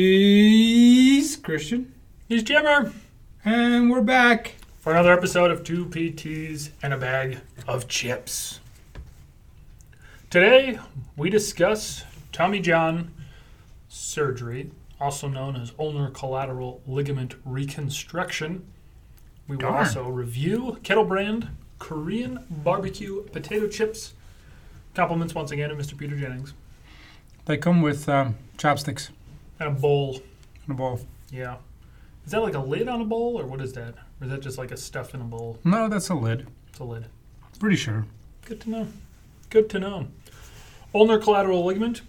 He's Christian, He's Jimmer and we're back. for another episode of Two PTs and a Bag of Chips. Today, we discuss Tommy John surgery, also known as ulnar collateral ligament reconstruction. We will Darn. also review Kettle Brand Korean barbecue potato chips. Compliments once again to Mr. Peter Jennings. They come with um, chopsticks And a bowl. and a bowl. Yeah. Is that like a lid on a bowl, or what is that? Or is that just like a stuff in a bowl? No, that's a lid. It's a lid. Pretty sure. Good to know. Good to know. Ulnar collateral ligament,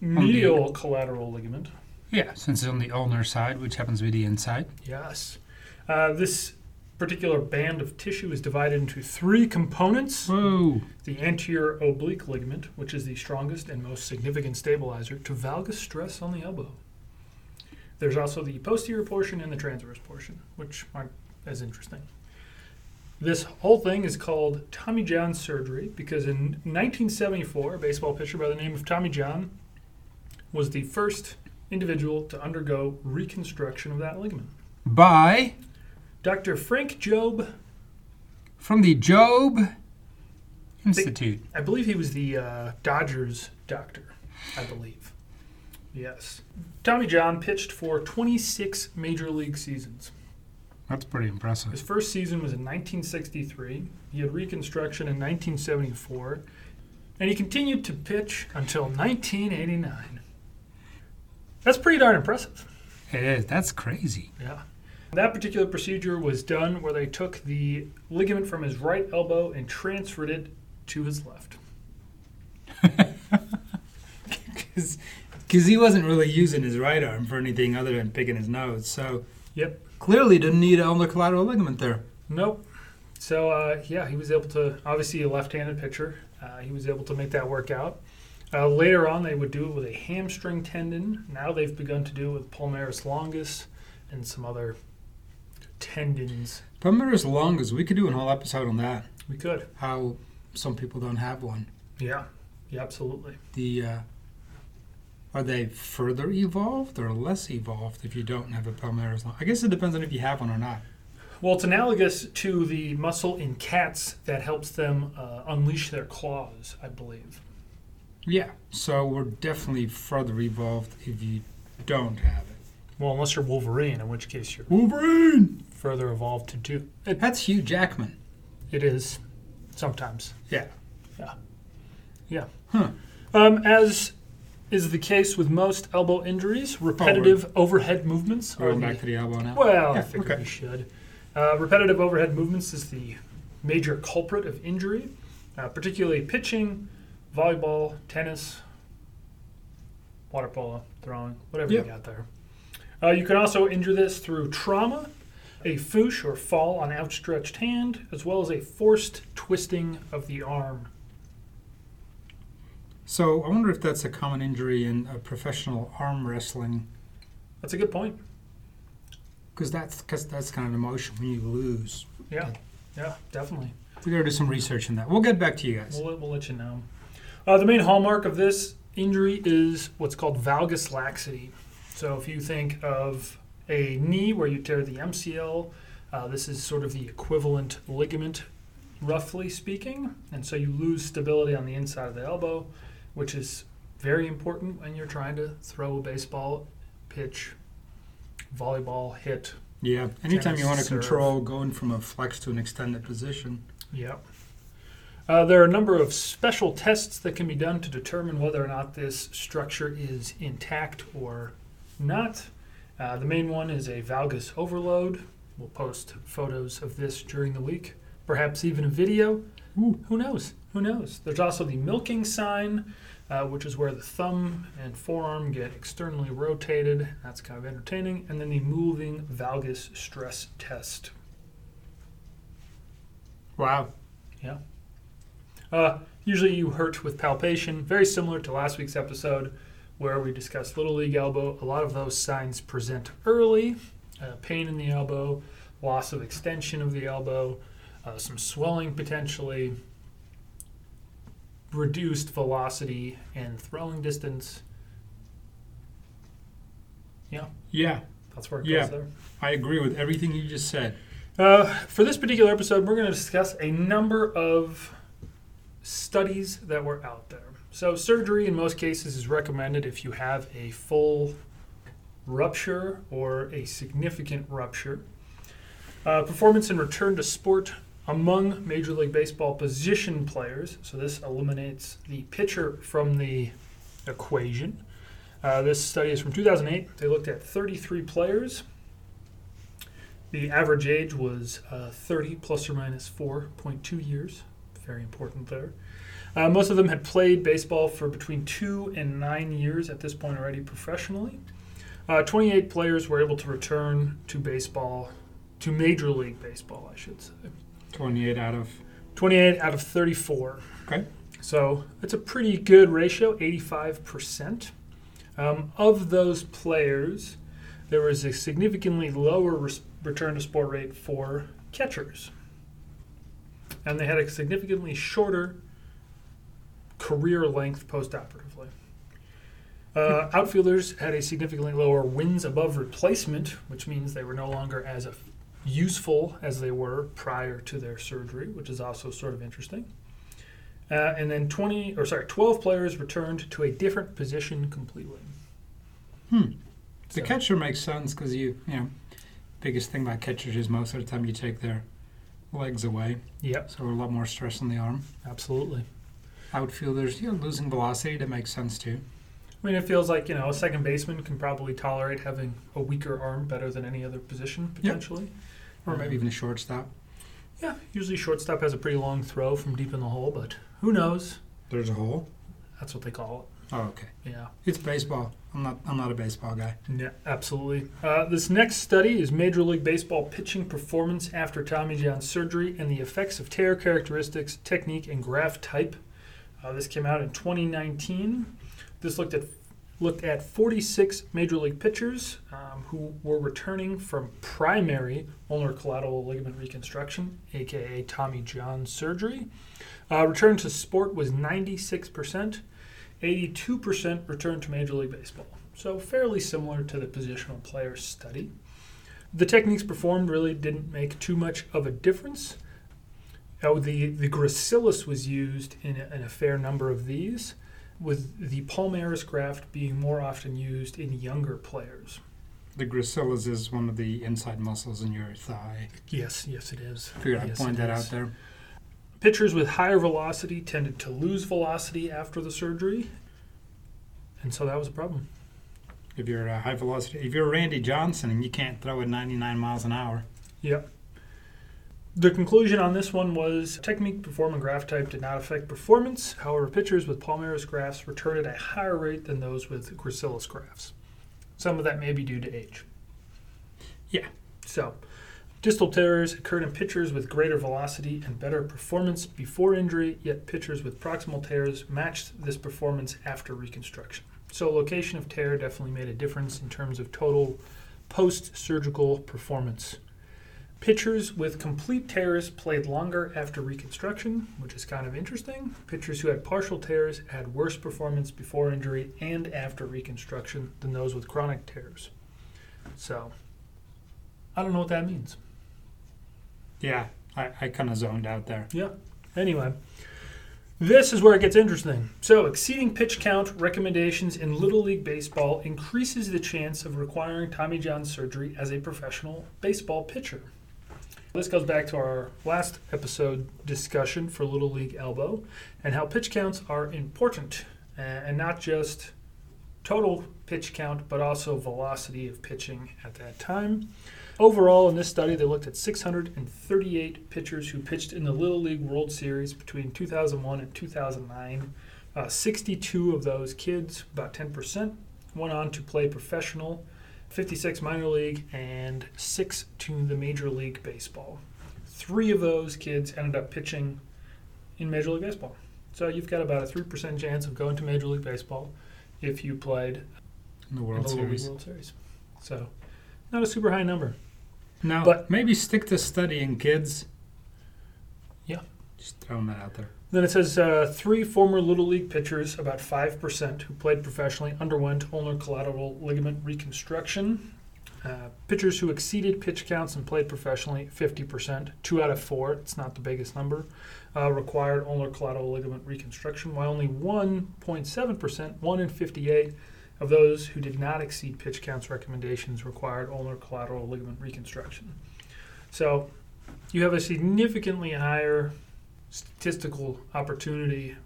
medial collateral ligament. Yeah, since it's on the ulnar side, which happens to be the inside. Yes. Uh, this particular band of tissue is divided into three components Whoa. the anterior oblique ligament, which is the strongest and most significant stabilizer to valgus stress on the elbow. There's also the posterior portion and the transverse portion, which aren't as interesting. This whole thing is called Tommy John surgery because in 1974, a baseball pitcher by the name of Tommy John was the first individual to undergo reconstruction of that ligament. By Dr. Frank Job from the Job Institute. I believe he was the uh, Dodgers doctor. I believe. Yes. Tommy John pitched for 26 major league seasons. That's pretty impressive. His first season was in 1963. He had reconstruction in 1974, and he continued to pitch until 1989. That's pretty darn impressive. It is. That's crazy. Yeah. That particular procedure was done where they took the ligament from his right elbow and transferred it to his left. Because he wasn't really using his right arm for anything other than picking his nose, so Yep. clearly didn't need an ulnar collateral ligament there. Nope. So uh, yeah, he was able to obviously a left-handed pitcher. Uh, he was able to make that work out. Uh, later on, they would do it with a hamstring tendon. Now they've begun to do it with palmaris longus and some other tendons. Palmaris longus, we could do a whole episode on that. We could. How some people don't have one. Yeah. Yeah, absolutely. The uh, are they further evolved or less evolved if you don't have a palmaris longus? I guess it depends on if you have one or not. Well, it's analogous to the muscle in cats that helps them uh, unleash their claws, I believe. Yeah. So we're definitely further evolved if you don't have it. Well, unless you're Wolverine, in which case you're Wolverine. further evolved to do. It, That's Hugh Jackman. it is sometimes. Yeah. Um, as is the case with most elbow injuries, repetitive overhead movements are Going the, back to the elbow now. well. I Yeah, figured okay. we should. Uh, repetitive overhead movements is the major culprit of injury, uh, particularly pitching, volleyball, tennis, water polo, throwing, whatever Yeah. you got there. Uh, you can also injure this through trauma, a foosh or fall on outstretched hand, as well as a forced twisting of the arm. So I wonder if that's a common injury in uh, professional arm wrestling That's a good point. because that's cause that's kind of an emotion when you lose. Yeah, yeah, definitely. We gotta do some research on that. We'll get back to you guys. We'll, we'll let you know. Uh, the main hallmark of this injury is what's called valgus laxity. So if you think of a knee where you tear the MCL, uh, this is sort of the equivalent ligament, roughly speaking. And so you lose stability on the inside of the elbow, which is very important when you're trying to throw a baseball, pitch, volleyball, hit. Yeah. Anytime you Tennis, want to serve. control going from a flex to an extended position. Yep. Uh, there are a number of special tests that can be done to determine whether or not this structure is intact or not. Uh, the main one is a valgus overload. We'll post photos of this during the week, perhaps even a video. Ooh. Who knows? Who knows? There's also the milking sign, uh, which is where the thumb and forearm get externally rotated. That's kind of entertaining. And then the moving valgus stress test. Wow. Uh, usually you hurt with palpation, very similar to last week's episode where we discussed Little League elbow. A lot of those signs present early uh, pain in the elbow, loss of extension of the elbow, uh, some swelling potentially, reduced velocity and throwing distance, Yeah, That's where it Yeah. goes there. I agree with everything you just said. Uh, for this particular episode, we're going to discuss a number of studies that were out there. So, surgery in most cases is recommended if you have a full rupture or a significant rupture. Uh, performance and return to sport among Major League Baseball position players. So, this eliminates the pitcher from the equation. Uh, this study is from 2008. They looked at 33 players. The average age was uh, 30 plus or minus 4.2 years. Very important there. Uh, most of them had played baseball for between two and nine years at this point already professionally. Uh, 28 players were able to return to baseball, to Major League Baseball, I should say. 28 out of 28 out of 34. Okay. So that's a pretty good ratio, 85%. Um, of those players, there was a significantly lower res- return to sport rate for catchers. And they had a significantly shorter career length post operatively. Uh, outfielders had a significantly lower wins above replacement, which means they were no longer as a useful as they were prior to their surgery, which is also sort of interesting. Uh, and then 20 or sorry, 12 players returned to a different position completely. Hmm. The So, catcher makes sense because you, you know, biggest thing about catchers is most of the time you take their legs away, Yep, so a lot more stress on the arm. absolutely. Outfielders, you know, losing velocity, that makes sense too. I mean, it feels like, you know, a second baseman can probably tolerate having a weaker arm better than any other position potentially. Or Mm-hmm. maybe even a shortstop. Yeah, usually shortstop has a pretty long throw from deep in the hole, but who knows? There's a hole. That's what they call Oh, okay. it. Yeah. It's baseball. I'm not. I'm not a baseball guy. Yeah, absolutely. Uh, this next study is Major League Baseball pitching performance after Tommy John surgery and the effects of tear characteristics, technique, and graft type. Uh, this came out in 2019. This looked at looked at 46 Major League pitchers um, who were returning from primary ulnar collateral ligament reconstruction, aka Tommy John surgery. Uh, return to sport was 96 percent. 82% return to Major League Baseball. So fairly similar to the positional player study. The techniques performed really didn't make too much of a difference. Now, the, the gracilis was used in a, in a fair number of these, with the palmaris graft being more often used in younger players. The gracilis is one of the inside muscles in your thigh. Yes, yes, it is. Figured Yes, I'd point it that is. out there. Pitchers with higher velocity tended to lose velocity after the surgery, and so that was a problem. If you're a high velocity, if you're Randy Johnson and you can't throw at 99 miles an hour, Yep. The conclusion on this one was technique, perform, and graph type did not affect performance. However, pitchers with palmaris grafts return at a higher rate than those with gracilis grafts. Some of that may be due to age. Yeah. So, distal tears occurred in pitchers with greater velocity and better performance before injury, yet pitchers with proximal tears matched this performance after reconstruction. So, location of tear definitely made a difference in terms of total post surgical performance. Pitchers with complete tears played longer after reconstruction, which is kind of interesting. Pitchers who had partial tears had worse performance before injury and after reconstruction than those with chronic tears. So, I don't know what that means. yeah, I, I kind of zoned out there. Anyway, this is where it gets interesting. So, exceeding pitch count recommendations in Little League Baseball increases the chance of requiring Tommy John surgery as a professional baseball pitcher. This goes back to our last episode discussion for Little League Elbow and how pitch counts are important uh, and not just total pitch count but also velocity of pitching at that time. Overall, in this study, they looked at 638 pitchers who pitched in the Little League World Series between 2001 and 2009. Uh, 62 of those kids, about 10%, went on to play professional, 56 minor league, and six to the Major League Baseball. Three of those kids ended up pitching in Major League Baseball. So you've got about a 3% chance of going to Major League Baseball if you played In the in World the Little League Series. World Series. So not a super high number. Now, But- maybe stick to studying, kids. Yeah. Just throwing that out there. Then it says uh, three former Little League pitchers, about 5%, who played professionally, underwent ulnar collateral ligament reconstruction. Uh, pitchers who exceeded pitch counts and played professionally, 50%. Two out of four, it's not the biggest number, uh, required ulnar collateral ligament reconstruction, while only 1.7%, 1 in 58, of those who did not exceed pitch counts recommendations required ulnar collateral ligament reconstruction. So you have a significantly higher statistical opportunity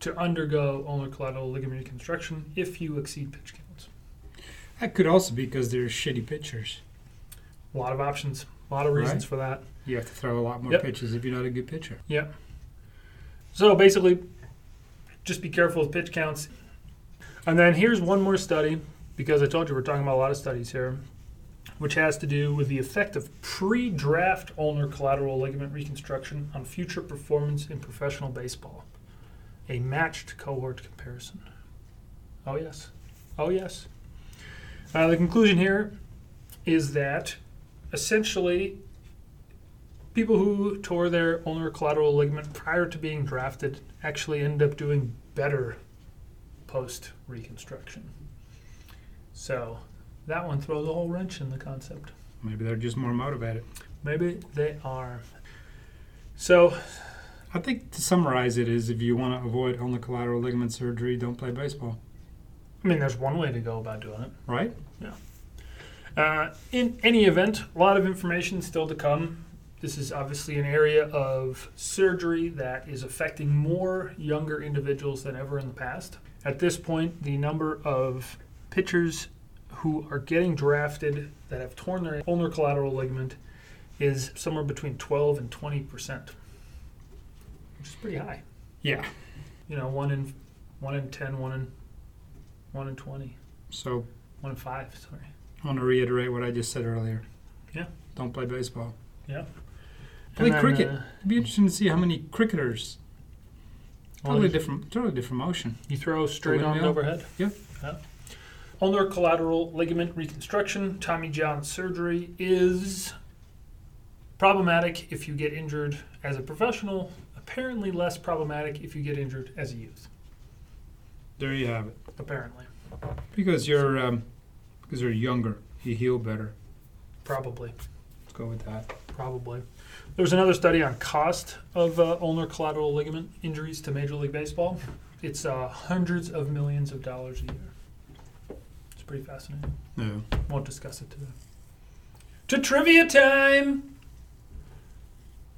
to undergo ulnar collateral ligament reconstruction if you exceed pitch counts. That could also be because they're shitty pitchers. A lot of options, a lot of reasons Right. for that. You have to throw a lot more Yep. pitches if you're not a good pitcher. Yeah. So basically, just be careful with pitch counts. And then here's one more study, because I told you we're talking about a lot of studies here, which has to do with the effect of pre draft ulnar collateral ligament reconstruction on future performance in professional baseball. A matched cohort comparison. Oh, yes. Oh, yes. Uh, the conclusion here is that essentially people who tore their ulnar collateral ligament prior to being drafted actually end up doing better post reconstruction. So that one throws a whole wrench in the concept. Maybe they're just more motivated. Maybe they are. So I think to summarize it is if you want to avoid ulnar collateral ligament surgery, don't play baseball, I mean, there's one way to go about doing it. right? Uh, in any event, a lot of information still to come. This is obviously an area of surgery that is affecting more younger individuals than ever in the past. At this point, the number of pitchers who are getting drafted that have torn their ulnar collateral ligament is somewhere between 12 and 20 percent, which is pretty high. Yeah. You know, one in one in 10, one in one in 20, So one in five. Sorry. I want to reiterate what I just said earlier. Yeah. Don't play baseball. Yeah. Play And then, cricket. uh, It'd be interesting to see how many cricketers. Well, Totally there's- different, totally different motion. You throw straight on and windmill? overhead? Yep. Yeah. Ulnar collateral ligament reconstruction, Tommy John surgery is problematic if you get injured as a professional, apparently less problematic if you get injured as a youth. There you have it. Apparently. Because you're, um, because you're younger, you heal better. Probably. Let's go with that. Probably. There was another study on cost of uh, ulnar collateral ligament injuries to Major League Baseball. It's uh, hundreds of millions of dollars a year. It's pretty fascinating. Yeah. Won't discuss it today. To trivia time!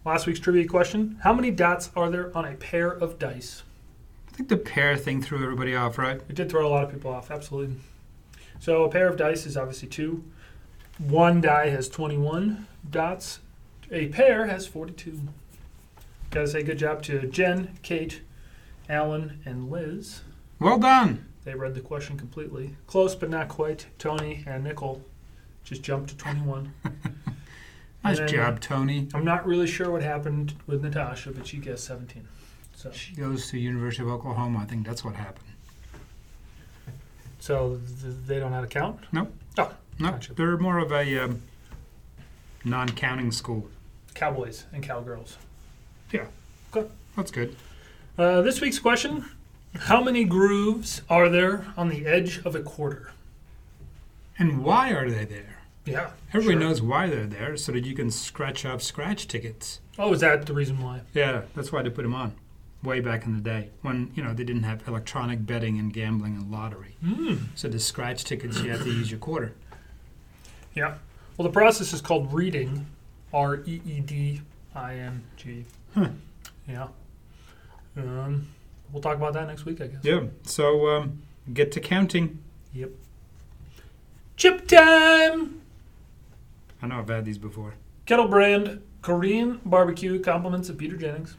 Last week's trivia question How many dots are there on a pair of dice? I think the pair thing threw everybody off, right? It did throw a lot of people off, absolutely. So a pair of dice is obviously two. One die has 21 dots, a pair has 42. Gotta say good job to Jen, Kate, Alan, and Liz. Well done. They read the question completely. Close, but not quite. Tony and Nickel just jumped to 21. Nice And then- job, Tony. I'm not really sure what happened with Natasha, but she guessed 17. So, She goes to University of Oklahoma. I think that's what happened. so th- they don't know how to count. No, Gotcha. they're more of a um, non-counting school. Cowboys and cowgirls. That's good. Uh, this week's question: How many grooves are there on the edge of a quarter? And why are they there? Yeah, Everybody sure. knows why they're there, so that you can scratch up scratch tickets. Oh, is that the reason why? Yeah, that's why they put them on, way back in the day when you know they didn't have electronic betting and gambling and lottery. Mm. So the scratch tickets, you have to use your quarter. Yeah. Well, the process is called reading. R e e d i n g. Yeah. Um, we'll talk about that next week, I guess. Yeah. So um, get to counting. Yep. Chip time. I know I've had these before. Kettle Brand Korean barbecue compliments of Peter Jennings.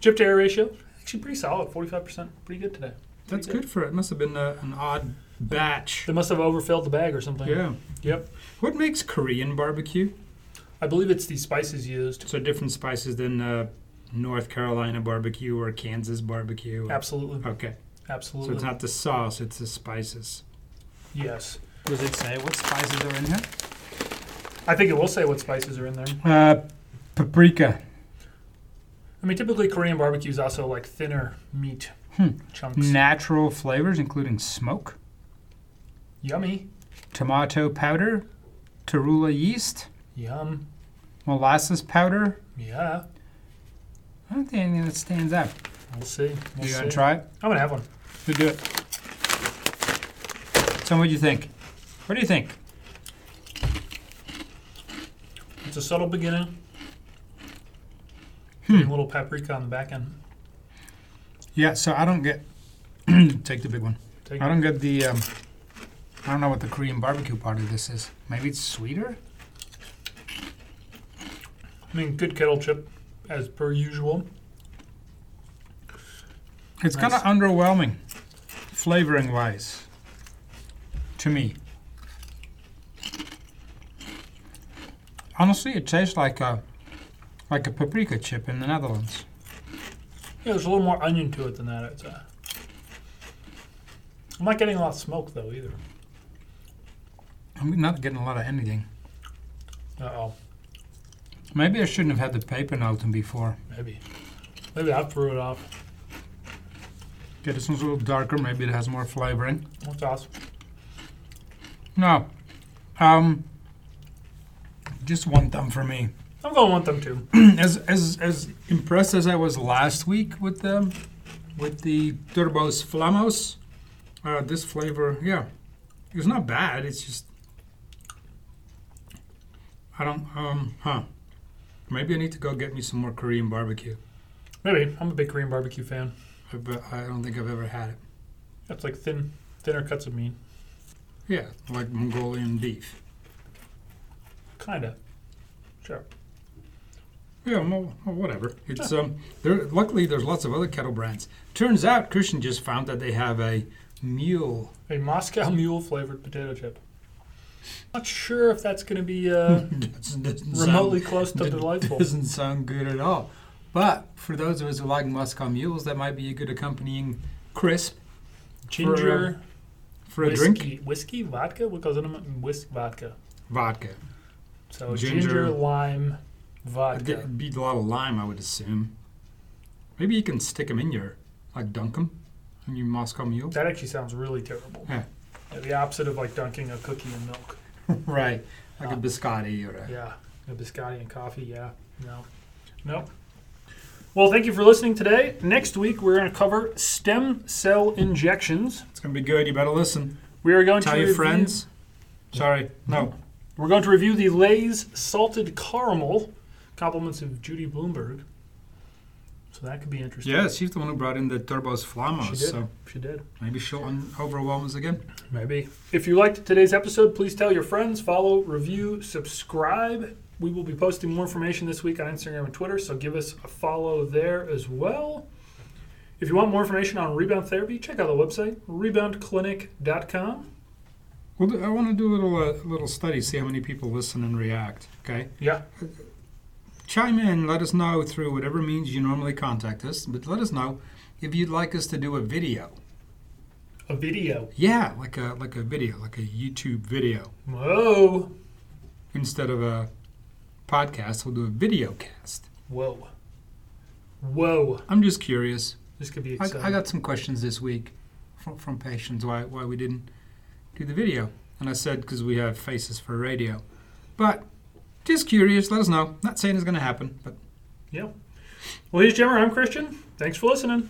Chip to air ratio actually pretty solid, forty five percent, pretty good today. That's Pretty good for it. Must have been uh an odd batch. They must have overfilled the bag or something. Yeah. Yep. What makes Korean barbecue? I believe it's the spices used. So different spices than uh, North Carolina barbecue or Kansas barbecue. Absolutely, Okay. So absolutely. it's not the sauce; it's the spices. yes, Does it say what spices are in here? I think it will say what spices are in there. Uh, paprika. I mean, typically Korean barbecue is also like thinner meat Hmm. chunks. Natural flavors including smoke, Yummy. tomato powder, tarula yeast, Yum. molasses powder. Yeah. I don't think anything that stands out. We'll see. We'll you see. gonna try it? I'm gonna have one. We'll do it. So what do you think? What do you think? It's a subtle beginning. A little paprika on the back end. Yeah, so I don't get take the big one. Take I don't get the. Um, I don't know what the Korean barbecue part of this is. Maybe it's sweeter. I mean, good kettle chip, as per usual. It's kind of Nice. underwhelming, flavoring wise. To me, honestly, it tastes like a like a paprika chip in the Netherlands. Yeah, there's a little more onion to it than that, I'd say. I'm not getting a lot of smoke, though, either. I'm not getting a lot of anything. Uh oh, Maybe I shouldn't have had the paper noten before. maybe. Maybe I threw it off. Okay, this one's a little darker. Maybe it has more flavoring. That's awesome. No. Um just one thumb for me. I'm going with them, too. as as as impressed as I was last week with them with the Turbos Flamos, uh this flavor, yeah. It's not bad, it's just I don't um huh. Maybe I need to go get me some more Korean barbecue. Maybe. I'm a big Korean barbecue fan. I bet I don't think I've ever had it. That's like thin, thinner cuts of meat. Yeah, like Mongolian beef. Kinda. Sure. Yeah, well, well, whatever. It's um. There, luckily, there's lots of other kettle brands. Turns out, Christian just found that they have a mule. A Moscow Mule flavored potato chip. Not sure if that's going to be uh, Doesn't- doesn't sound- remotely close to d- delightful. Doesn't sound good at all. But for those of us who like Moscow mules, that might be a good accompanying crisp Ginger, for a whiskey, drink. whiskey, vodka. What goes in them? Whisk vodka. Vodka. So Ginger. ginger, lime, I'd vodka. get- Beat a lot of lime, I would assume. Maybe you can stick them in your, like, dunk them in your Moscow mule. That actually sounds really terrible. Yeah. The opposite of like dunking a cookie in milk. right, like a Ah. biscotti or a. Yeah. A biscotti and coffee. Yeah. No. Nope. Well, thank you for listening today. Next week, we're going to cover stem cell injections. It's gonna be good. You better listen. We are going Tell to your review- friends. Sorry, Mm-hmm. no. We're going to review the Lay's salted caramel, compliments of Judy Bloomberg. So that could be interesting. Yeah, she's the one who brought in the turbos She flamos, did. so She did. maybe she'll un- overwhelm us again. Maybe. If you liked today's episode, please tell your friends, follow, review, subscribe. We will be posting more information this week on Instagram and Twitter, so give us a follow there as well. If you want more information on rebound therapy, check out the website, reboundclinic.com. Well, do- I want to do a little uh, little study, see how many people listen and react. Okay, Yeah, chime in, let us know through whatever means you normally contact us, but let us know if you'd like us to do a video. a video. Yeah, like a like a video, like a YouTube video Whoa. instead of a podcast. We'll do a video cast. Whoa. Whoa. I'm just curious. This could be I, exciting. I got some questions this week from, from patients why, why we didn't do the video. And I said, because we have faces for radio. But just curious, let us know. Not saying it's going to happen, but Well, here's Jimmer. I'm Christian. Thanks for listening.